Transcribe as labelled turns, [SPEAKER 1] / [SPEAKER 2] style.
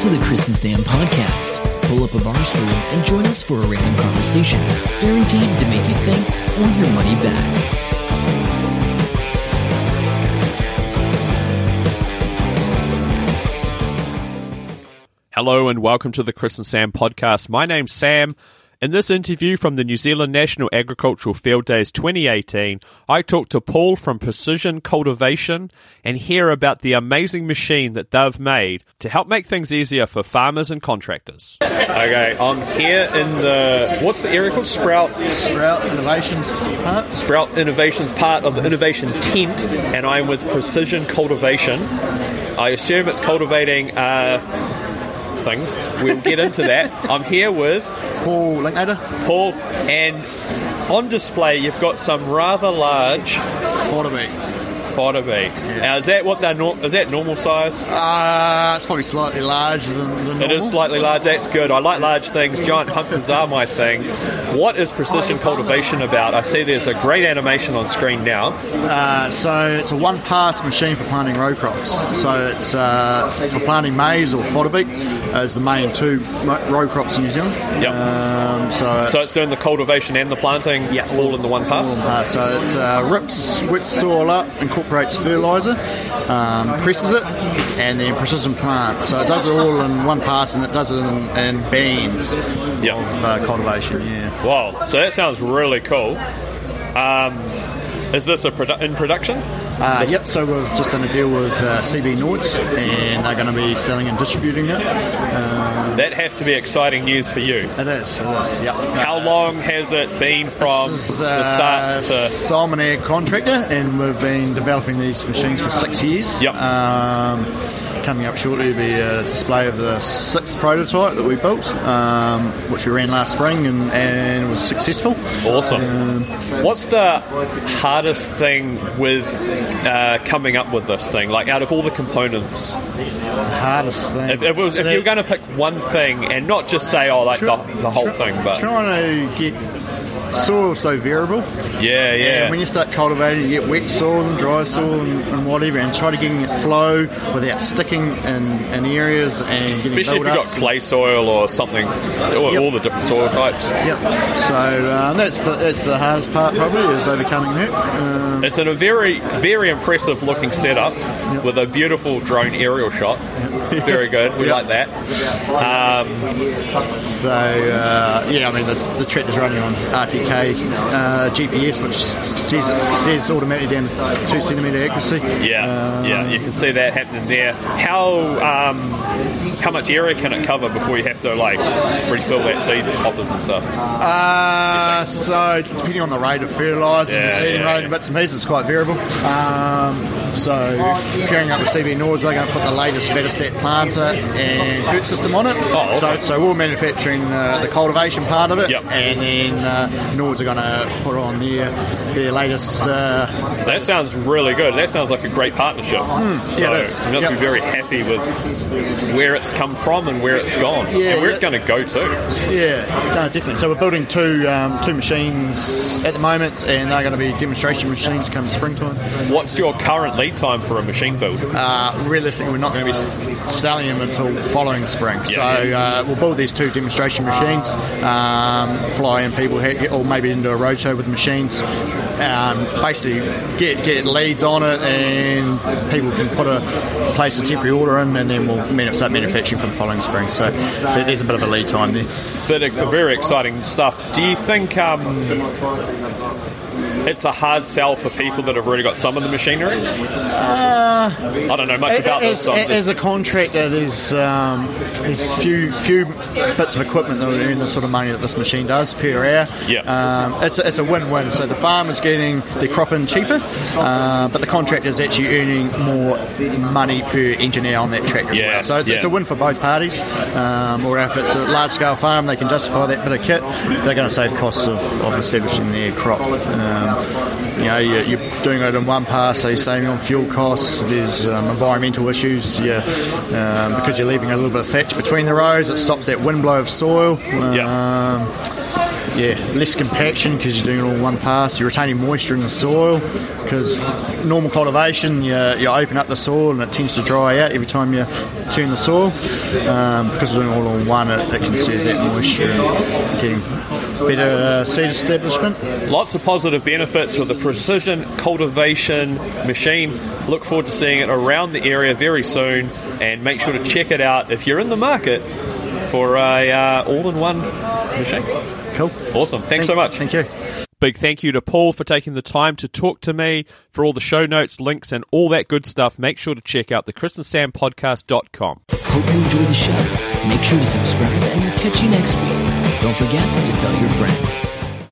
[SPEAKER 1] to the Chris and Sam podcast. Pull up a bar stool and join us for a random conversation, guaranteed to make you think or your money back.
[SPEAKER 2] Hello and welcome to the Chris and Sam podcast. My name's Sam. In this interview from the New Zealand National Agricultural Field Days 2018, I talked to Paul from Precision Cultivation and hear about the amazing machine that they've made to help make things easier for farmers and contractors. Okay, I'm here in the what's the area called? Sprout
[SPEAKER 3] Sprout Innovations Park.
[SPEAKER 2] Sprout Innovations part of the Innovation Tent, and I'm with Precision Cultivation. I assume it's cultivating uh, things. We'll get into that. I'm here with
[SPEAKER 3] Paul Linklater,
[SPEAKER 2] Paul, and on display you've got some rather large
[SPEAKER 3] Forderbeek.
[SPEAKER 2] Fodderbeak. Now, is that what they're nor- is that normal size?
[SPEAKER 3] Uh, it's probably slightly larger than, than normal.
[SPEAKER 2] It is slightly large. That's good. I like large things. Giant pumpkins are my thing. What is precision cultivation about? I see there's a great animation on screen now.
[SPEAKER 3] Uh, so it's a one-pass machine for planting row crops. So it's uh, for planting maize or Forderbeek as the main two ro- row crops in New Zealand.
[SPEAKER 2] Yep.
[SPEAKER 3] Um, so,
[SPEAKER 2] So it's doing the cultivation and the planting
[SPEAKER 3] Yeah.
[SPEAKER 2] all in the one pass.
[SPEAKER 3] uh, so it uh, rips, whips soil up, incorporates fertilizer, um, presses it, and then precision plants. So it does it all in one pass, and it does it in, in bands
[SPEAKER 2] Yeah.
[SPEAKER 3] of uh, cultivation. Yeah.
[SPEAKER 2] Wow. So that sounds really cool. Um, is this a produ- in production?
[SPEAKER 3] Uh,
[SPEAKER 2] This-
[SPEAKER 3] yep, so we've just done a deal with uh, CB Nords and they're going to be selling and distributing it. Um,
[SPEAKER 2] That has to be exciting news for you.
[SPEAKER 3] it is, it is, yep.
[SPEAKER 2] How long has it been from
[SPEAKER 3] this is,
[SPEAKER 2] the
[SPEAKER 3] uh,
[SPEAKER 2] start to
[SPEAKER 3] Simon Air contractor, and we've been developing these machines for six years.
[SPEAKER 2] Yep.
[SPEAKER 3] Um, coming up shortly will be a display of the sixth prototype that we built, um, which we ran last spring and, and was successful.
[SPEAKER 2] Awesome.
[SPEAKER 3] Um,
[SPEAKER 2] What's the hardest thing with uh, coming up with this thing? Like, out of all the components,
[SPEAKER 3] hardest thing.
[SPEAKER 2] if, if, it was, if you were going to pick one thing and not just say, oh, like the, the whole
[SPEAKER 3] try-
[SPEAKER 2] thing, but
[SPEAKER 3] Trying to get soil so variable.
[SPEAKER 2] yeah,
[SPEAKER 3] And
[SPEAKER 2] yeah,
[SPEAKER 3] when you start cultivating, you get wet soil and dry soil and, and whatever, and try to getting it flow without sticking in, in areas and getting
[SPEAKER 2] especially if you've got
[SPEAKER 3] build-ups and-
[SPEAKER 2] clay soil or something, or
[SPEAKER 3] Yep.
[SPEAKER 2] all the different soil types.
[SPEAKER 3] Yep. So uh, that's the that's the hardest part probably is overcoming that. Um,
[SPEAKER 2] It's in a very, very impressive looking setup with a beautiful drone aerial shot. Very good. We
[SPEAKER 3] Yeah.
[SPEAKER 2] like that. Um,
[SPEAKER 3] so uh, yeah, I mean the, the tractor's running on RTK uh, GPS, which steers, it- steers automatically down to two centimeter accuracy.
[SPEAKER 2] yeah,
[SPEAKER 3] Um,
[SPEAKER 2] yeah, you can see that happening there. How um, how much area can it cover before you have to like refill that seed with poppers and stuff?
[SPEAKER 3] Uh, so depending on the rate of fertiliser and
[SPEAKER 2] Yeah,
[SPEAKER 3] the seeding
[SPEAKER 2] yeah,
[SPEAKER 3] rate
[SPEAKER 2] yeah.
[SPEAKER 3] and bits and pieces, it's quite variable. Um, so pairing up with CB Nords, they're going to put the latest Vetastat planter and food system on it.
[SPEAKER 2] Oh, awesome.
[SPEAKER 3] so, so we're manufacturing uh, the cultivation part of it,
[SPEAKER 2] Yep.
[SPEAKER 3] and then uh, Nords are going to put on their their latest. Uh,
[SPEAKER 2] That sounds really good. That sounds like a great partnership. so
[SPEAKER 3] Hmm. yeah, it is.
[SPEAKER 2] you must be
[SPEAKER 3] Yep.
[SPEAKER 2] very happy with where it's come from and where it's gone
[SPEAKER 3] Yeah,
[SPEAKER 2] and where it's
[SPEAKER 3] yeah.
[SPEAKER 2] going to go to.
[SPEAKER 3] Yeah, no, definitely. So we're building two um, two machines at the moment, and they're going to be demonstration machines come springtime.
[SPEAKER 2] What's your current lead time for a machine build?
[SPEAKER 3] uh, realistically, we're not going to be s- selling them until following spring. so uh, we'll build these two demonstration machines, um, fly in people, he- or maybe into a roadshow with the machines. Um, basically, get get leads on it, and people can put a place a temporary order in, and then we'll manu- start manufacturing for the following spring. So there- there's a bit of a lead time there.
[SPEAKER 2] But it- very exciting stuff. Do you think um, it's a hard sell for people that have already got some of the machinery? I don't know much about this.
[SPEAKER 3] As,
[SPEAKER 2] So I'm
[SPEAKER 3] as
[SPEAKER 2] just,
[SPEAKER 3] a contractor, there's um, there's few few bits of equipment that would earn the sort of money that this machine does per hour.
[SPEAKER 2] Yeah.
[SPEAKER 3] Um, it's a, it's a win-win. So the farmer's getting their crop in cheaper, uh, but the contractor's actually earning more money per engineer on that tractor
[SPEAKER 2] Yeah,
[SPEAKER 3] as well. So it's,
[SPEAKER 2] yeah.
[SPEAKER 3] it's a win for both parties. Um, or if it's a large-scale farm, they can justify that bit of kit. They're going to save costs of, of establishing their crop. Um, you know, you're, you're doing it in one pass, so you're saving on fuel costs. There's um, environmental issues. You, um, because you're leaving a little bit of thatch between the rows, it stops that wind blow of soil. Um,
[SPEAKER 2] Yeah.
[SPEAKER 3] yeah, less compaction because you're doing it all in one pass. You're retaining moisture in the soil because normal cultivation, you, you open up the soil and it tends to dry out every time you turn the soil. Um, because we're doing it all in one, it, it conserves that moisture and getting better uh, seed establishment.
[SPEAKER 2] Lots of positive benefits with the precision cultivation machine. Look forward to seeing it around the area very soon and make sure to check it out if you're in the market for a uh, all-in-one machine.
[SPEAKER 3] Cool.
[SPEAKER 2] Awesome. Thanks
[SPEAKER 3] Thank-
[SPEAKER 2] so much.
[SPEAKER 3] Thank you.
[SPEAKER 2] Big thank you to Paul for taking the time to talk to me for all the show notes, links, and all that good stuff. Make sure to check out the Chris and Sam podcast.com.
[SPEAKER 1] Hope you enjoyed the show. Make sure to subscribe and we'll catch you next week. Don't forget to tell your friend.